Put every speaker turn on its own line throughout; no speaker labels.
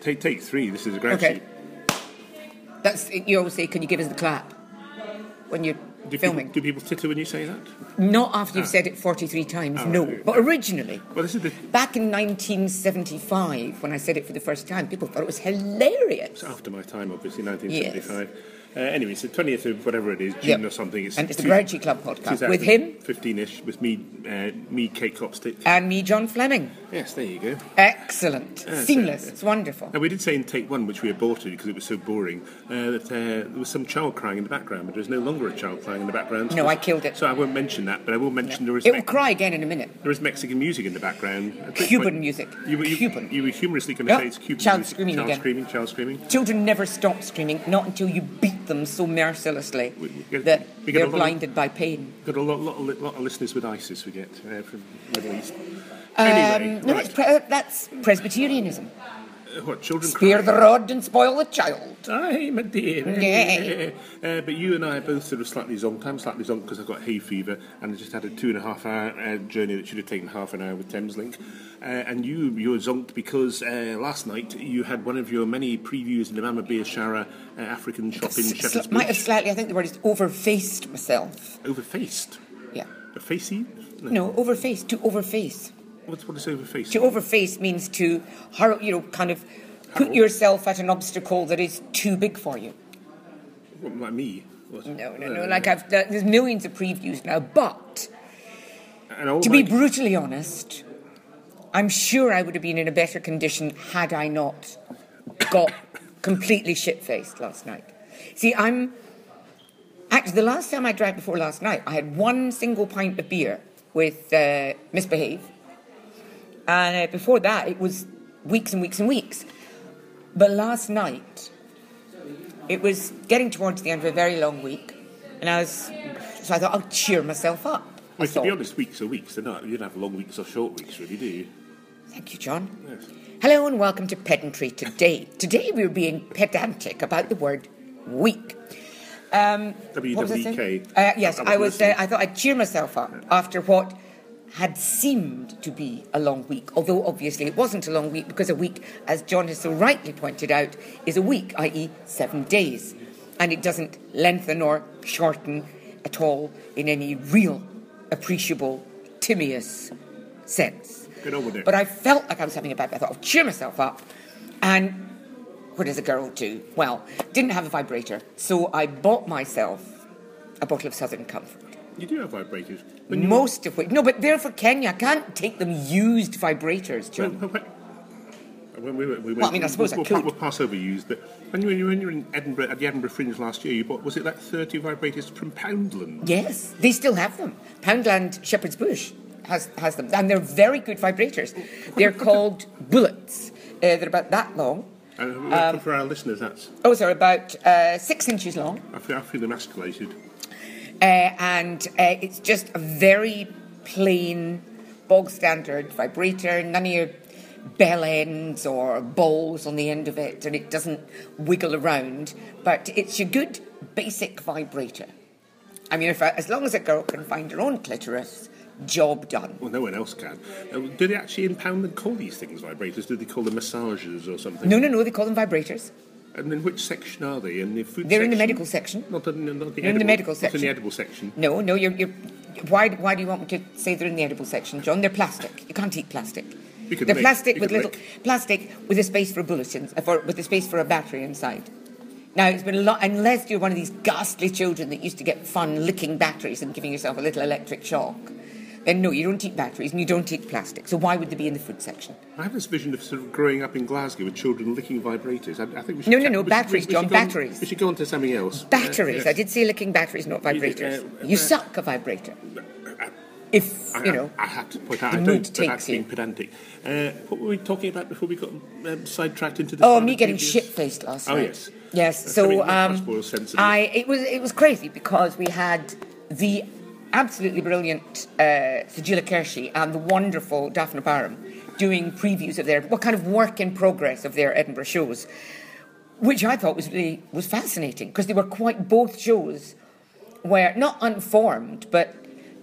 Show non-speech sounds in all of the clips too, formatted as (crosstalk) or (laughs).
Take, take three. This is a grad
Okay.
sheet.
That's you always say, "Can you give us the clap?" When you're
Do people,
filming,
do people titter when you say that?
not after you've said it 43 times.
Ah,
no,
right.
but originally,
Well, this is the
back in 1975, when I said it for the first time, people thought it was hilarious.
it's after my time, obviously, 1975. Uh, anyway, it's the 20th of whatever it is, June
Yep.
or something. It's
and it's the
two-
Grouchy Club podcast with him
15-ish, with me, uh, me, Kate Copstick.
and me, John Fleming.
yes, there you go.
Excellent,
Yeah, so-
seamless. It's wonderful.
Now, we did say in take one, which we aborted because it was so boring, uh, that uh, there was some child crying in the background, but there's no longer a child crying in the background.
No, I killed it.
So I won't mention that, but I will mention there is
It will
Mex-
cry again in a minute.
there is Mexican music in the background. At which
Cuban
point-
music.
You, were- you,
Cuban.
You were humorously going to
Yeah.
say it's Cuban
Child
music.
screaming
child
again.
screaming, child screaming.
Children never stop screaming, not until you beat them so mercilessly
We- we get-
that
we get a
they're
lot of-
blinded by pain.
Got a lot, lot, of li- lot of listeners with ISIS we get uh, from Middle East. Anyway,
Um, no,
right.
that's, pre- uh, that's Presbyterianism.
Uh, what children
Spare
crying?
the rod and spoil the child.
I'm a dear.
Yeah.
Uh, but you and I are both sort of slightly zonked. I'm slightly zonked because I've got hay fever and I just had a two and a half hour uh, journey that should have taken half an hour with Thameslink. Uh, and you, you're zonked because uh, last night you had one of your many previews in the Mama Beer Shara uh, African shop in
S-
Shepherd's
sli- might have
Bush.
slightly, I think the word is overfaced myself.
Overfaced.
Yeah.
A facey?
No, overfaced, to overface.
What's, what is overfaced?
To overface means to, hurl, you know, kind of put
Hurl.
yourself at an obstacle that is too big for you.
What, like me? What?
No, no,
Uh,
no. Like I've, there's millions of previews now, but
and all
To be
my-
brutally honest, I'm sure I would have been in a better condition had I not got completely shit faced last night. See, I'm. Actually, the last time I drank before last night, I had one single pint of beer with uh, Misbehave. And uh, before that, it was weeks and weeks and weeks. But last night, it was getting towards the end of a very long week. And I was. So I thought, I'll cheer myself up. I
Well, to
thought.
be honest, weeks are weeks. They're not. You don't have long weeks or short weeks, really, do you?
Thank you, John.
Yes.
Hello and welcome to Pedantry Today. Today we're being pedantic about the word week. Um, what was I saying?
WWK.
Uh, yes,
eh? That
I was. Uh,
listening.
I thought I'd cheer myself up after what had seemed to be a long week, although obviously it wasn't a long week because a week, as John has so rightly pointed out, is a week, i.e., seven days, and it doesn't lengthen or shorten at all in any real, appreciable, timorous sense.
Get on with it.
But I felt like I was having a bad day. I thought, I'll cheer myself up. And what does a girl do? Well, didn't have a vibrator, so I bought myself a bottle of Southern Comfort.
You do have vibrators.
Most of which, no, but they're for Kenya. I can't take them used vibrators, John.
When, when, when we, were- we
Well, I mean, I suppose I
we'll,
could.
We'll pass over used, but when you, when you when you were in Edinburgh at the Edinburgh Fringe last year, you bought was it like thirty vibrators from Poundland?
Yes, they still have them. Poundland Shepherd's Bush has, has them, and they're very good vibrators. They're called bullets. Uh, they're about that long.
And Uh,
Um,
for our listeners, that's
Oh, they're about uh, six inches long.
I feel, I feel emasculated.
uh, and uh, it's just a very plain, bog standard vibrator. None of your bell ends or balls on the end of it, and it doesn't wiggle around. But it's your good basic vibrator. I mean, if, uh, as long as a girl can find her own clitoris, job done.
Well, no one else can. Uh, do they actually in Poundland call these things vibrators? Do they call them massagers or something?
No, no, no. They call them vibrators.
And in which section are they? In the food?
They're in the
section?
medical section.
Not in, not the edible,
They're in the medical
not in
section.
the edible section.
No, no. You're, you're, why, why do you want me to say they're in the edible section, John? They're plastic. You can't eat plastic.
You can
they're
lick-
plastic
you
with
can
little plastic with a space for a bullet in, for, with a space for a battery inside. Now it's been a lot. Unless you're one of these ghastly children that used to get fun licking batteries and giving yourself a little electric shock, then no, you don't eat batteries and you don't eat plastic. So why would they be in the food section?
I have this vision of sort of growing up in Glasgow with children licking vibrators. I, I think we should
No, no,
check-
no,
we should-
batteries,
we should
John,
go on-
batteries.
we should go on to something else.
Batteries.
Uh,
I did say licking batteries, not vibrators.
uh,
you
uh,
suck a vibrator.
I-
If
I,
you know.
I, I had to point out.
the
I
mood
don't. But
takes
that's
you.
being pedantic. Uh, what were we talking about before we got um, sidetracked into the?
Oh,
final
me getting
previous-
shit faced last
Oh,
night.
yes.
Yes.
That's
So
something much
um,
more sensitive.
I it was it was crazy because we had the absolutely brilliant uh, Sajila Kershi and the wonderful Daphne Barham doing previews of their what kind of work in progress of their Edinburgh shows, which I thought was really was fascinating because they were quite both shows were not unformed, but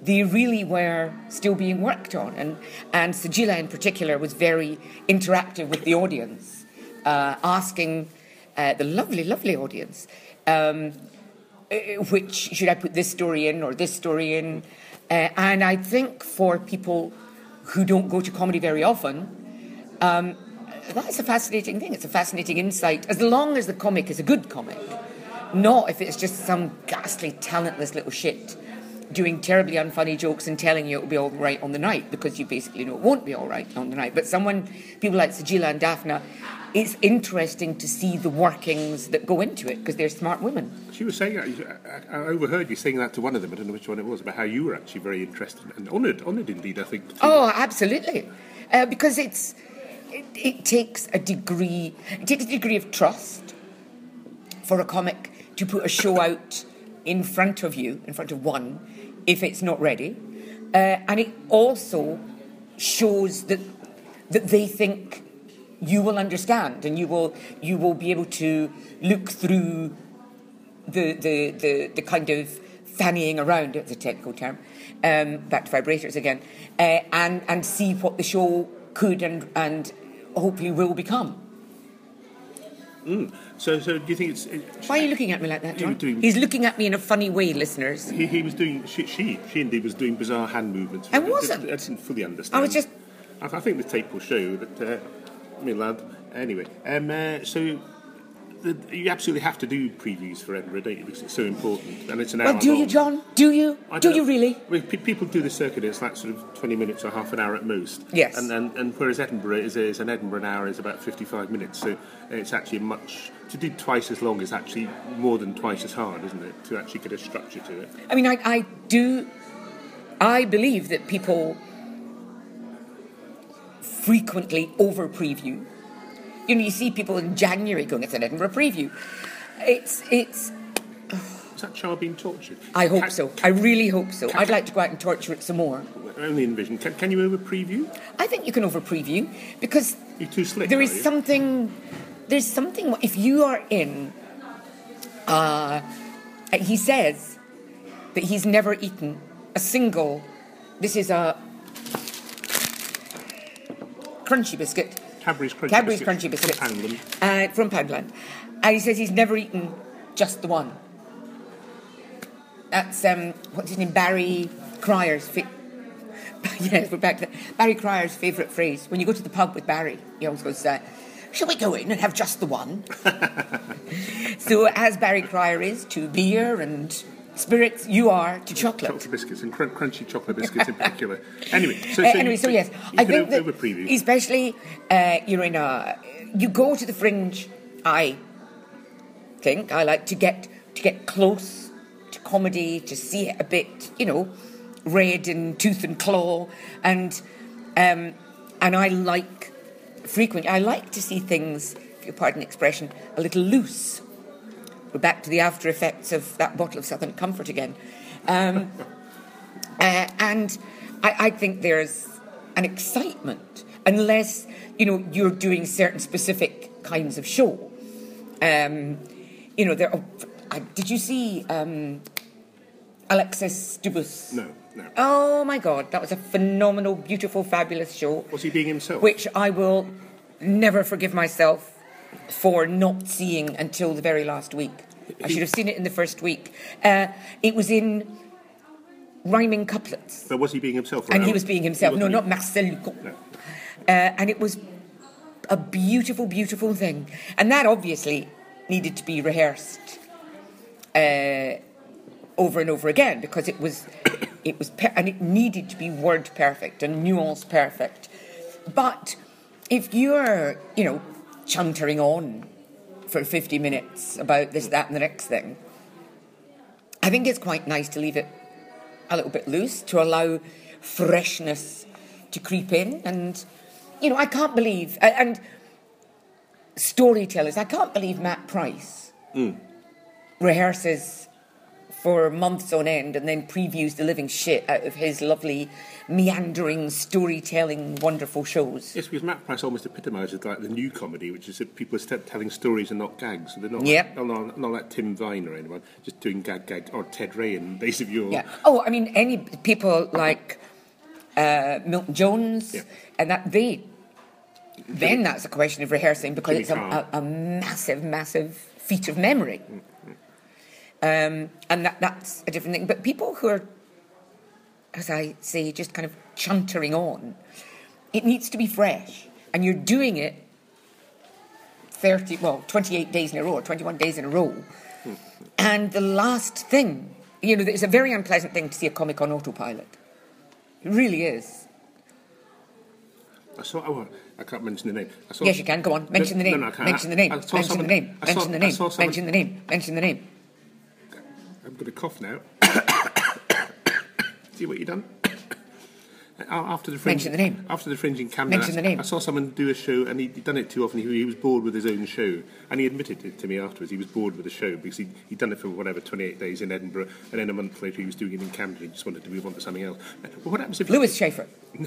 they really were still being worked on. And, and Sajila in particular was very interactive with the audience. uh, asking uh, the lovely, lovely audience, um, uh, which should I put this story in or this story in? Uh, and I think for people who don't go to comedy very often, um, that's a fascinating thing. It's a fascinating insight, as long as the comic is a good comic, not if it's just some ghastly, talentless little shit doing terribly unfunny jokes and telling you it'll be all right on the night because you basically know it won't be all right on the night. But someone, people like Sajila and Daphna, it's interesting to see the workings that go into it because they're smart women.
She was saying, I, I overheard you saying that to one of them. I don't know which one it was about how you were actually very interested and honoured, honoured indeed. I think. too.
Oh, absolutely, uh, because it's it, it takes a degree it takes a degree of trust for a comic to put a show out in front of you, in front of one, if it's not ready, uh, and it also shows that that they think you will understand and you will you will be able to look through the the the, the kind of fannying around it's a technical term um, back to vibrators again uh, and and see what the show could and and hopefully will become
So, so do you think it's? It,
why are you looking at me like that
You
John?
do.
he's looking at me in a funny way listeners
he, he was doing. She, she, she indeed was doing bizarre hand movements.
I wasn't.
I, didn't fully understand.
I was just-
I, I think the tape will show that. Uh, me lad. Anyway, um, uh, so. The, you absolutely have to do previews for Edinburgh, don't you? Because it's so important, and it's an hour.
well do you
long.
John do you
I
do
don't
you
know.
really
Well, pe- people do the circuit. It's like sort of twenty minutes or half an hour at most.
Yes.
And and, and whereas Edinburgh is, is an Edinburgh an hour is about fifty-five minutes, so it's actually much to do twice as long is actually more than twice as hard, isn't it? To actually get a structure to it.
I mean, I, I do. I believe that people frequently over preview. You know, you see people in January going, it's an Edinburgh preview. It's, it's,
Is that child being tortured?
I hope
Can-
so. I
can-
really hope so. I'd like to go out and torture it some more.
I only envision. Can, can you over preview?
I think you can over preview because
You're too slick.
there
are
is
you?
something there's something if you are in uh, he says that he's never eaten a single this is a crunchy biscuit
Cadbury's crunchy.
Cadbury's
biscuits
crunchy biscuits
From Poundland.
uh, from Poundland and he says he's never eaten just the one that's um, what's his name Barry Cryer's (laughs) fi- yes we're back to that. Barry Cryer's favourite phrase when you go to the pub with Barry he always goes uh, shall we go in and have just
(laughs)
the one so as Barry Cryer is to beer and spirits you are to chocolate
Chocolate biscuits and crun- crunchy chocolate
(laughs)
biscuits in particular. Anyway, so, so
Uh, anyway
you,
so yes
you
I
can
think
o-
that
over preview.
especially uh, you're in a you go to the fringe I think I like to get to get close to comedy, to see it a bit, you know, red and tooth and claw, and um, and I like frequent. I like to see things, if you pardon the expression, a little loose. We're back to the after effects of that bottle of Southern Comfort again, um, (laughs) uh, and I, I think there's an excitement, unless you know you're doing certain specific kinds of show um, you know, there. Are, I, did you see um, Alexis Dubus?
No, no.
Oh my God, that was a phenomenal, beautiful, fabulous show,
Was he being himself?
which I will never forgive myself for not seeing until the very last week. I should have seen it in the first week. Uh, it was in rhyming couplets.
But was he being himself? or
And he
not?
was being himself.
He
No,
wasn't
not Marcel Lucon.
No.
Uh, and it was a beautiful, beautiful thing. And that obviously needed to be rehearsed uh, over and over again because it was, it was, per- and it needed to be word perfect and nuance perfect. But if you're, you know, chuntering on for 50 minutes about this, that, and the next thing, I think it's quite nice to leave it a little bit loose to allow freshness to creep in. And, you know, I can't believe, a- and storytellers, I can't believe Matt Price rehearses for months on end and then previews the living shit out of his lovely, meandering, storytelling, wonderful shows.
Yes, because Matt Price almost epitomises like the new comedy, which is that people are st- telling stories and not gags. So they're not, like,
Yep.
not, not, not like Tim Vine or anyone, just doing gag gag or Ted Ray in Days of Yore.
Yeah. Oh, I mean, any people like uh, Milton Jones
Yeah.
and that they then that's a question of rehearsing because
Jimmy
it's a,
Carr.
a, a massive, massive feat of memory. Um, and that, that's a different thing. But people who are, as I say, just kind of chuntering on, it needs to be fresh. And you're doing it 30, well, 28 days in a row or 21 days in a row. And the last thing, you know, it's a very unpleasant thing to see a comic on autopilot. It really is.
I saw. Oh, I can't mention the name. I saw,
Yes, you can. Go on. Mention the
No,
name.
no, I can't.
Mention the
I-
name.
I saw
Mention the
someone-
name.
I saw-
Mention the
I
name.
saw someone-
Mention the name. Mention the name.
I'm going to cough now. (coughs) See what you done? (coughs) A- After the fringe,
Mention the name.
After the fringe in Camden,
Mention
I,
the name.
I saw someone do a show, and he'd done it too often. He, he was bored with his own show, and he admitted it to me afterwards. He was bored with the show because he'd, he'd done it for whatever 28 days in Edinburgh, and then a month later he was doing it in Camden. He just wanted to move on to something else. Well, what happens if you-
Lewis Schaefer.
(laughs)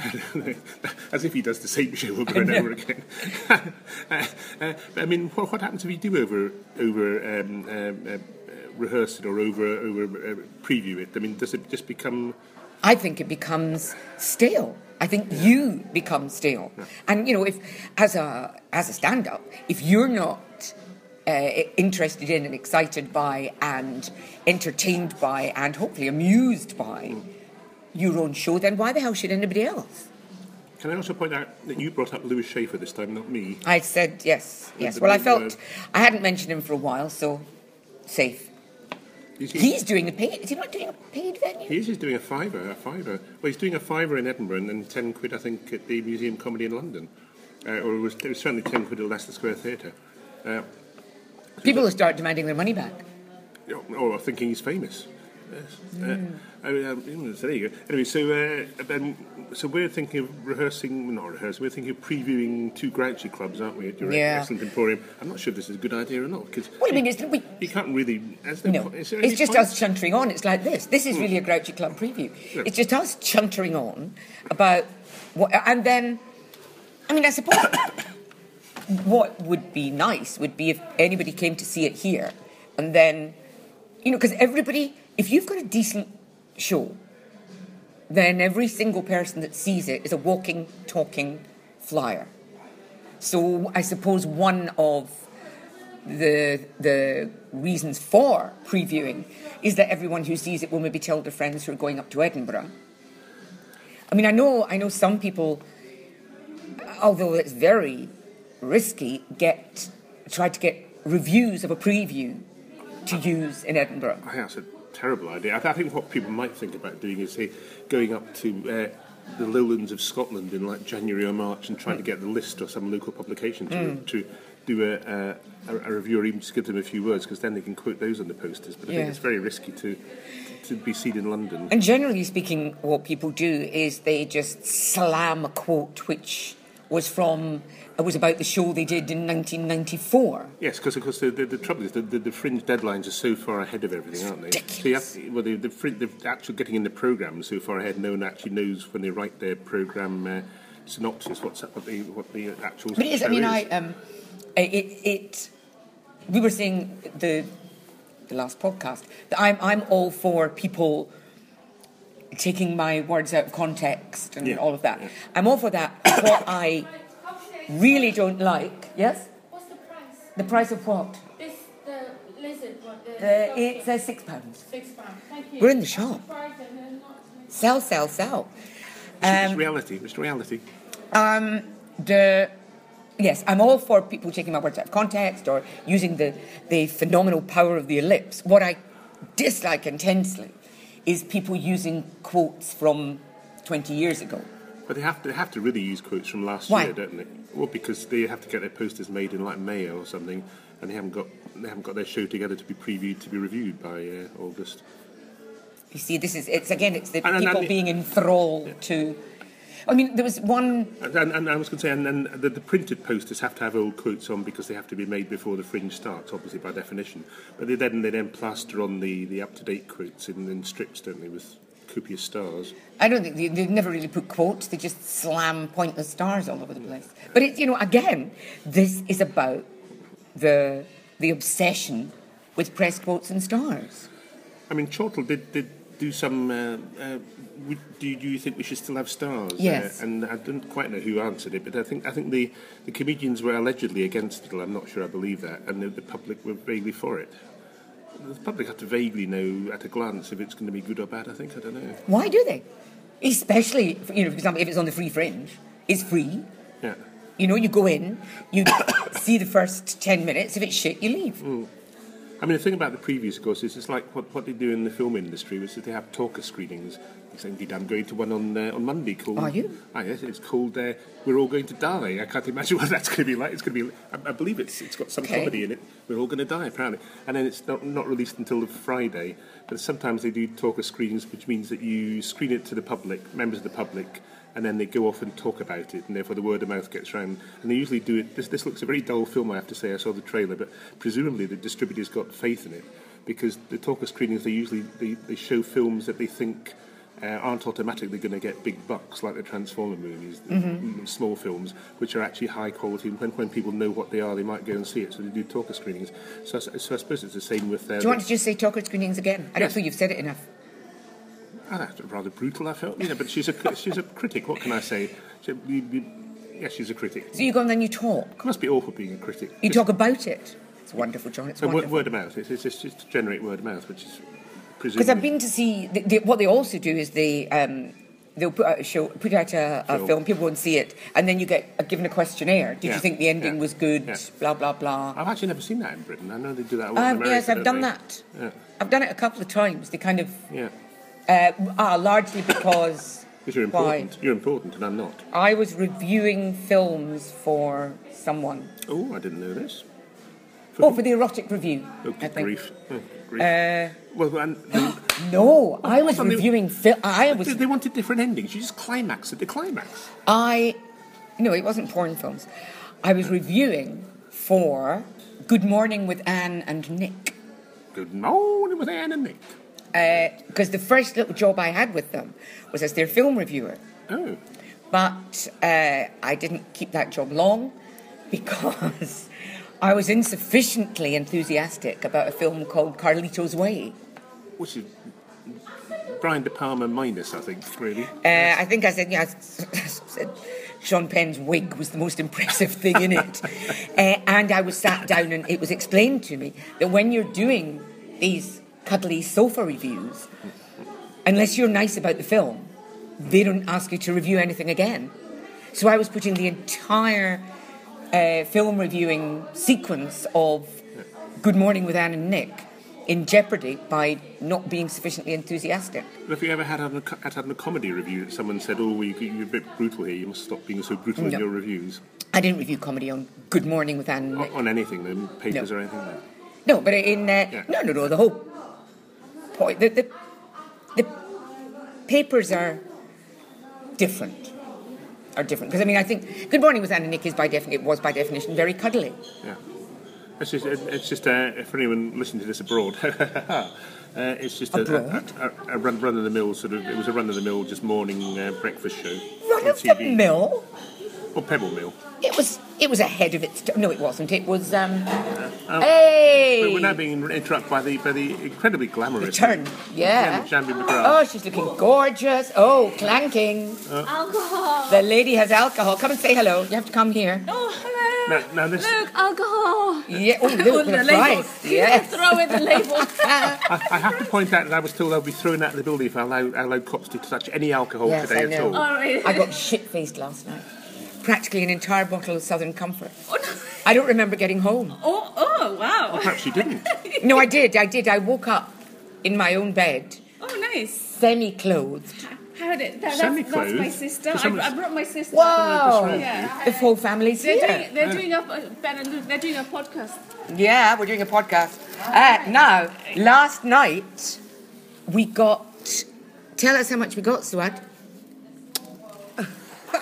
As if he does the same show over and
know. (laughs)
over again. (laughs) uh, uh, I mean, what, what happens if you do over over um, um, uh, uh, rehearse it or over over uh, preview it? I mean, does it just become?
I think it becomes stale. I think you become stale. And you know, if as a as a stand-up, if you're not uh, interested in and excited by and entertained by and hopefully amused by
Mm.
your own show, then why the hell should anybody else?
Can I also point out that you brought up Lewis Schaefer this time, not me?
I said yes, yes.
the
Well, I
big word.
felt I hadn't mentioned him for a while, so safe.
Is he-
He's doing a paid. Is he not doing a paid venue?
He is he's doing a fiver, a fiver. Well, he's doing a fiver in Edinburgh and then ten quid, I think, at the Museum Comedy in London, uh, or it was, it was certainly ten quid at Leicester Square Theatre. Uh,
People will start demanding their money back.
or thinking oh, he's famous. Yes. Uh, I mean, um, you know, so there you go. Anyway, so uh, then, so we're thinking of rehearsing, not rehearsing. We're thinking of previewing two Grouchy clubs, aren't we? At your
Yeah.
excellent emporium. I'm not sure if this is a good idea or not because
Well, I mean, it's, we,
you can't really. As
no, it's just us chuntering on. It's like this. This is really a Grouchy Club preview.
Yeah.
It's just us chuntering on about what, and then, I mean, I suppose (coughs) what would be nice would be if anybody came to see it here, and then, you know, because everybody, if you've got a decent show, then every single person that sees it is a walking, talking flyer. So I suppose one of the the reasons for previewing is that everyone who sees it will maybe tell their friends who are going up to Edinburgh. I mean, I know I know some people, although it's very risky, get try to get reviews of a preview to use in Edinburgh.
I think that's a terrible idea. I, th- I think what people might think about doing is say, going up to uh, the lowlands of Scotland in like January or March and trying to get the list or some local publication to, to do a, a, a review or even just give them a few words because then they can quote those on the posters. But I
Yeah.
think it's very risky to to be seen in London.
And generally speaking, what people do is they just slam a quote which was from it was about the show they did in 1994.
Yes, because of course the, the, the trouble is that the, the fringe deadlines are so far ahead of everything, aren't they? So you have to, well, the, the, frin- the actual getting in the program is so far ahead, no one actually knows when they write their program uh, synopsis what's up, what the what the actual.
But it is. I
show
mean,
is.
I um, I- it it. We were saying the the last podcast that I'm I'm all for people taking my words out of context and
Yeah,
all of that.
yeah.
I'm all for that. (coughs) what I really don't like, yes,
What's the price?
the price of what?
This the lizard one. The
Uh,
sculpture.
it's uh, six pounds.
six pounds. Thank you.
We're in the shop.
Surprised them, they're not-
Sell, sell, sell. um,
It's reality. It's reality.
the yes, I'm all for people taking my words out of context or using the the phenomenal power of the ellipse. What I dislike intensely is people using quotes from 20 years ago.
But they have to they have to really use quotes from last
Why?
year, don't they? Well, because they have to get their posters made in like May or something, and they haven't got they haven't got their show together to be previewed to be reviewed by uh, August.
You see, this is it's again it's the
And- and-
people
and-
being enthralled to. I mean, there was one.
And, and, and I was going to say, and, and the, the printed posters have to have old quotes on because they have to be made before the fringe starts, obviously by definition. But they then they then plaster on the, the up to date quotes in, in strips, don't they, with copious stars.
I don't think they, they've never really put quotes. They just slam pointless stars all over the place. But it's you know again, this is about the the obsession with press quotes and stars.
I mean, Chortle did did do some. Uh, uh, would, do, do you think we should still have stars?
Yes.
Uh, and I don't quite know who answered it, but I think I think the, the comedians were allegedly against it. I'm not sure I believe that, and the, the public were vaguely for it. The public have to vaguely know at a glance if it's going to be good or bad. I think I don't know.
Why do they? Especially, if, you know, for example, if it's on the free fringe, it's free.
Yeah.
You know, you go in, you (coughs) see the first 10 minutes. If it's shit, you leave.
I mean, the thing about the previews, of course, is it's like what, what they do in the film industry, which is they have talker screenings. It's indeed, I'm going to one on uh, on Monday called.
Are you?
Ah, yes, it's called uh, "We're All Going to Die." I can't imagine what that's going to be like. It's going to be. I, I believe it's it's got some
Okay.
comedy in it. We're all going to die, apparently, and then it's not not released until Friday. But sometimes they do talker screenings, which means that you screen it to the public, members of the public. And then they go off and talk about it, and therefore the word of mouth gets round. And they usually do it. This, this looks a very dull film, I have to say. I saw the trailer, but presumably the distributor's got faith in it because the talker screenings they usually they, they show films that they think uh, aren't automatically going to get big bucks like the Transformer movies, the
Mm-hmm.
m- small films, which are actually high quality. And when, when people know what they are, they might go and see it. So they do talker screenings. So, I s- so I suppose it's the same with. Uh,
Do you want to just say talker screenings again? I don't
Yes.
think you've said it enough.
Ah, that's rather brutal, I felt. You know, but she's a cri- she's a critic. What can I say? She, you- you- yeah, she's a critic.
So you go and then you talk.
It must be awful being a critic.
You talk about it. It's wonderful, John. It's
So word,
wonderful.
word of mouth. It's, it's just, just to generate word of mouth, which is
Because
presumably
I've been to see the, the, what they also do is they um, they'll put out a show, put out a, a
Film.
film. people won't see it, and then you get uh, given a questionnaire. Did
Yeah,
you think the ending
yeah,
was good?
yeah.
Blah blah blah.
I've actually never seen that in Britain. I know they do that a lot in
Um,
America.
yes, I've
don't
done
they?
that.
Yeah,
I've done it a couple of times. They kind of
yeah.
uh, are largely
(coughs)
because
Because you're
Why?
important. You're important, and I'm not.
I was reviewing films for someone.
Oh, I didn't know this.
Oh, for the erotic review.
Oh,
I
good
think. oh,
grief. Oh, grief. Uh, well,
(gasps)
and they,
No, I was
on the-
reviewing film. I was
they- they wanted different endings. You just climax at the climax.
I no, it wasn't porn films. I was reviewing for Good Morning with Anne and Nick
Good morning with Anne and Nick.
because uh, the first little job I had with them was as their film reviewer,
Oh,
but uh, I didn't keep that job long (laughs) because I was insufficiently enthusiastic about a film called Carlito's Way.
which is Brian De Palma minus, I think, really.
Uh, I think I said, yeah, I s- said Sean Penn's wig was the most impressive thing in it. uh, and I was sat down and it was explained to me that when you're doing these cuddly sofa reviews, unless you're nice about the film, they don't ask you to review anything again. So I was putting the entire uh, film reviewing sequence of Good Morning with Anne and Nick in jeopardy by not being sufficiently enthusiastic.
Have you ever had a, had had a comedy review that someone said, oh, you, you're a bit brutal here, you must stop being so brutal in
No.
your reviews?
I didn't review comedy on Good Morning with Anne. and
On,
Nick.
on anything, then, papers
No.
or anything? No.
No, but in uh,
Yeah.
no, no, no. The whole point. The, the the papers are different. Are different because I mean I think Good Morning with Anne and Nick is by definition it was by definition very cuddly.
Yeah. It's just, it- it's just uh, for anyone listening to this abroad, (laughs) uh, it's just a,
Abroad?
a, a, a run, run of the mill sort of. It was a run of the mill just morning uh, breakfast show.
Run
on
of the
TV.
mill.
Or Pebble Mill.
It was it was ahead of its t- no, it wasn't. It was um,
Oh,
hey
We're now being interrupted by the by the incredibly glamorous
turn yeah.
Jan- Jambi McGrath.
Oh, she's looking gorgeous. Oh, clanking.
Alcohol.
The lady has alcohol. Come and say hello. You have to come here.
Oh, hello.
Now- now this-
Look, alcohol.
Yeah. Oh,
(laughs)
look,
the
the
label.
price.
You
Yes.
throw away
(laughs)
the label.
I, I have to point out that I was told I'll be thrown out of the building if I allow, I allow cops to touch any alcohol
Yes,
today
I
at
know.
all.
All right.
I got shit faced last night. Practically an entire bottle of Southern Comfort. I don't remember getting home.
Oh, oh, wow.
Perhaps you
(laughs)
didn't.
No, I did. I did. I woke up in my own bed,
Oh, nice.
semi clothed.
How did that, that's, that's
Semi-clothed?
my sister.
For
I,
someone-
I brought my sister.
Wow!
Yeah.
The whole family's
They're
here.
doing, they're doing a Ben and Luke. They're doing a podcast.
Yeah, we're doing a podcast. Uh, now, last night we got.
(laughs)
Tell us how much we got, Suad.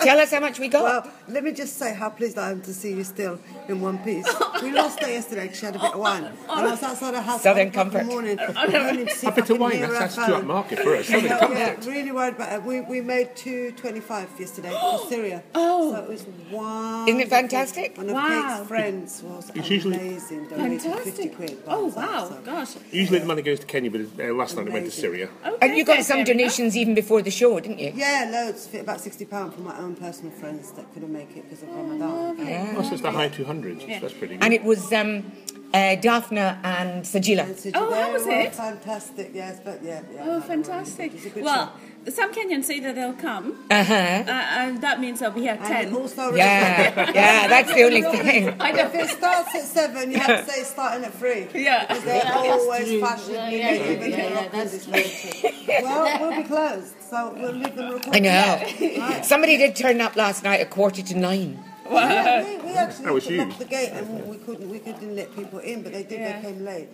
Tell us how much we got.
Well, Let me just say how pleased I am to see you still in one piece. We lost her yesterday because she had a bit of wine. And I was outside her house
Southern
at five o'clock in the
comfort.
morning. running to see
A
if I
bit
could
of wine,
hear her
that's, that's too
phone.
upmarket for us.
(laughs)
Sorry,
Yeah,
come
yeah,
on.
really worried about it. We, we made 225 yesterday for Syria. Oh. So it was one.
Isn't it fantastic?
One of
Wow.
Kate's friends was
It's usually-
amazing. Donated 50
Fantastic.
quid.
Oh,
So-
wow.
so-
Gosh.
Usually the money goes to Kenya, but uh, last night it went to
Amazing.
Syria.
Okay,
And you got
fair-
some
fair enough.
donations even before the show, didn't you?
Yeah, loads. Fit about sixty pound for my own personal friends that couldn't make it because of Ramadan.
Ah.
Oh, so it's the high 200s. That's pretty good.
And it was um, uh, Daphne and
And
Sajila.
so
Oh,
they
how was
were
it?
Fantastic. Yes, but yeah. yeah no,
Oh,
they were really good.
fantastic.
It was a good
Well,
show.
some Kenyans say that they'll come,
Uh-huh.
uh, and that means they'll be here at
and
10.
also
Yeah, yeah, Ah, that's the only thing.
(laughs) I
If
know.
it starts at seven, you have to say it's starting at three.
Yeah.
Because they're always fashionably
Yeah, yeah,
late,
yeah,
even
yeah,
though
yeah,
Rockland
that's
is late. Well, we'll be closed, so we'll leave them recorded.
I
(laughs)
know. Somebody did turn up last night at quarter to nine.
Yeah, we, we actually
That was
had to
you.
lock the gate and we couldn't, we couldn't let people in, but they did.
Yeah.
They came late.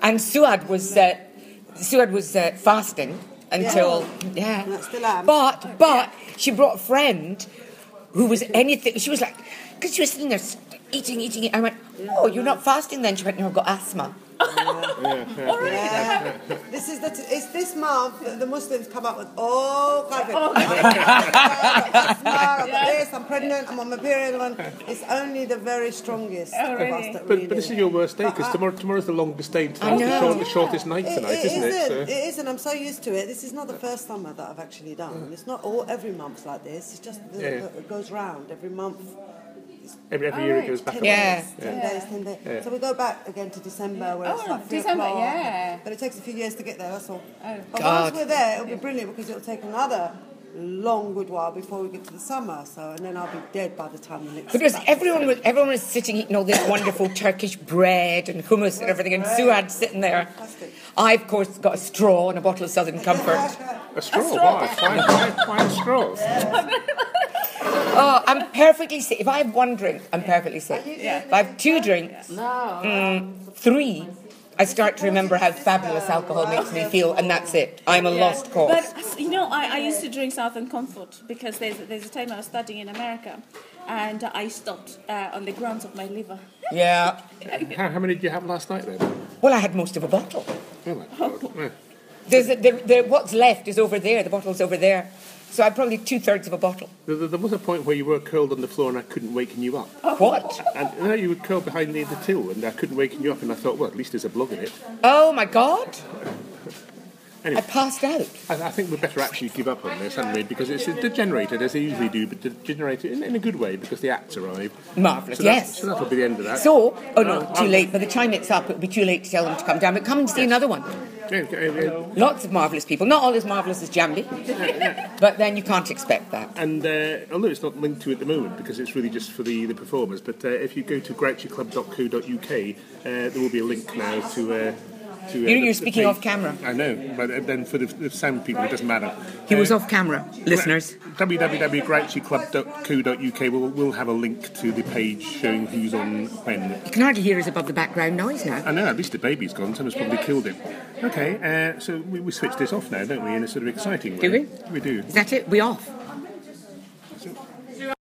And Suad was uh, Suad was uh, fasting until yeah.
And I still am.
But but she brought a friend who was anything. She was like, because she was sitting there s- eating, eating. I went, oh, you're not fasting then? She went, no, I've got asthma.
This is the t- it's this month that the Muslims come up with all kinds of
Oh, (laughs)
I've got this, I'm pregnant, I'm on my period. and It's only the very strongest
Oh,
of
really?
us that really.
But, but this is your worst day because tomorrow, tomorrow's the longest day. Tonight's the,
know.
short, the shortest night
It-
tonight,
it
isn't it?
isn't.
So-
It isn't. I'm so used to it. This is not the first summer that I've actually done. It's not all every month like this. It's just the,
Yeah.
it goes round every month.
every every year
Alright.
it goes back
Ten
up.
Yeah.
days, ten days, ten days. So we go back again to December, where it's
Oh,
like three
December,
o'clock.
yeah.
But it takes a few years to get there. That's all. but
Oh, God.
once we're there, it'll be brilliant because it'll take another long good while before we get to the summer. So and then I'll be dead by the time the next.
But it was
back.
everyone was everyone was sitting eating all this wonderful Turkish bread and hummus and everything, and Suad sitting there.
Fantastic.
I of course got a straw and a bottle of Southern Comfort.
A straw, why? Why, why, why a straw?
Oh, I'm perfectly safe. If I have one drink, I'm perfectly safe.
Yeah.
If I have two drinks, mm, three, I start to remember how fabulous alcohol makes me feel, and that's it. I'm a lost
But
cause.
you know, I, I used to drink Southern Comfort because there's there's a time I was studying in America, and I stopped uh, on the grounds of my liver. (laughs)
Yeah.
How, how many did you have last night then?
Well, I had most of a bottle.
Oh my god. Yeah.
There's a, there, there, what's left is over there. The bottle's over there. So I had probably two thirds of a bottle.
There, there- there was a point where you were curled on the floor and I couldn't waken you up.
What?
And you, know, you were curled behind the, the till and I couldn't waken you up and I thought, well, at least there's a blog in it.
Oh my God! I
Anyway.
passed out.
I, I think we better actually give up on this, haven't we? Because it's degenerated, as they usually do, but degenerated in, in a good way because the acts arrive.
Marvelous.
So that's-
yes.
So that'll be the end of that.
So, oh no,
Oh,
too
oh.
late. By the time it's up, it'll be too late to tell them to come down. But come and see another one.
Okay, okay, okay.
Lots of marvelous people. Not all as marvelous as Jambi, but then you can't expect that.
And uh, although it's not linked to it at the moment because it's really just for the, the performers, but uh, if you go to grouchyclub.co.uk, uh, there will be a link now to. Uh, to uh,
You know,
the-
you're
the
speaking
page.
off camera.
I know, but uh, then for the, the sound people, it doesn't matter.
He
Uh,
was off camera, listeners.
www.grouchyclub.co.uk will will have a link to the page showing who's on when.
You can hardly hear us above the background noise now.
I know, at least the baby's gone. Someone's probably killed him. Okay, uh, so we, we switch this off now, don't we, in a sort of exciting way?
Do we?
We do.
Is that it? We off?